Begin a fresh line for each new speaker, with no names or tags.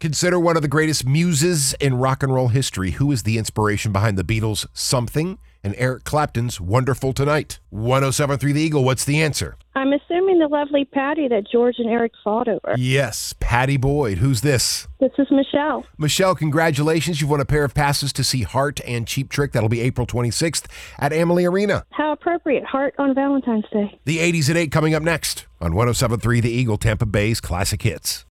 Consider one of the greatest muses in rock and roll history. Who is the inspiration behind the Beatles' Something and Eric Clapton's Wonderful Tonight? 1073 The Eagle, what's the answer?
I'm assuming the lovely Patty that George and Eric fought over.
Yes, Patty Boyd. Who's this?
This is Michelle.
Michelle, congratulations. You've won a pair of passes to see Heart and Cheap Trick. That'll be April 26th at Amalie Arena.
How appropriate. Heart on Valentine's Day.
oh The 80s at 8 coming up next on 1073 The Eagle, Tampa Bay's Classic Hits.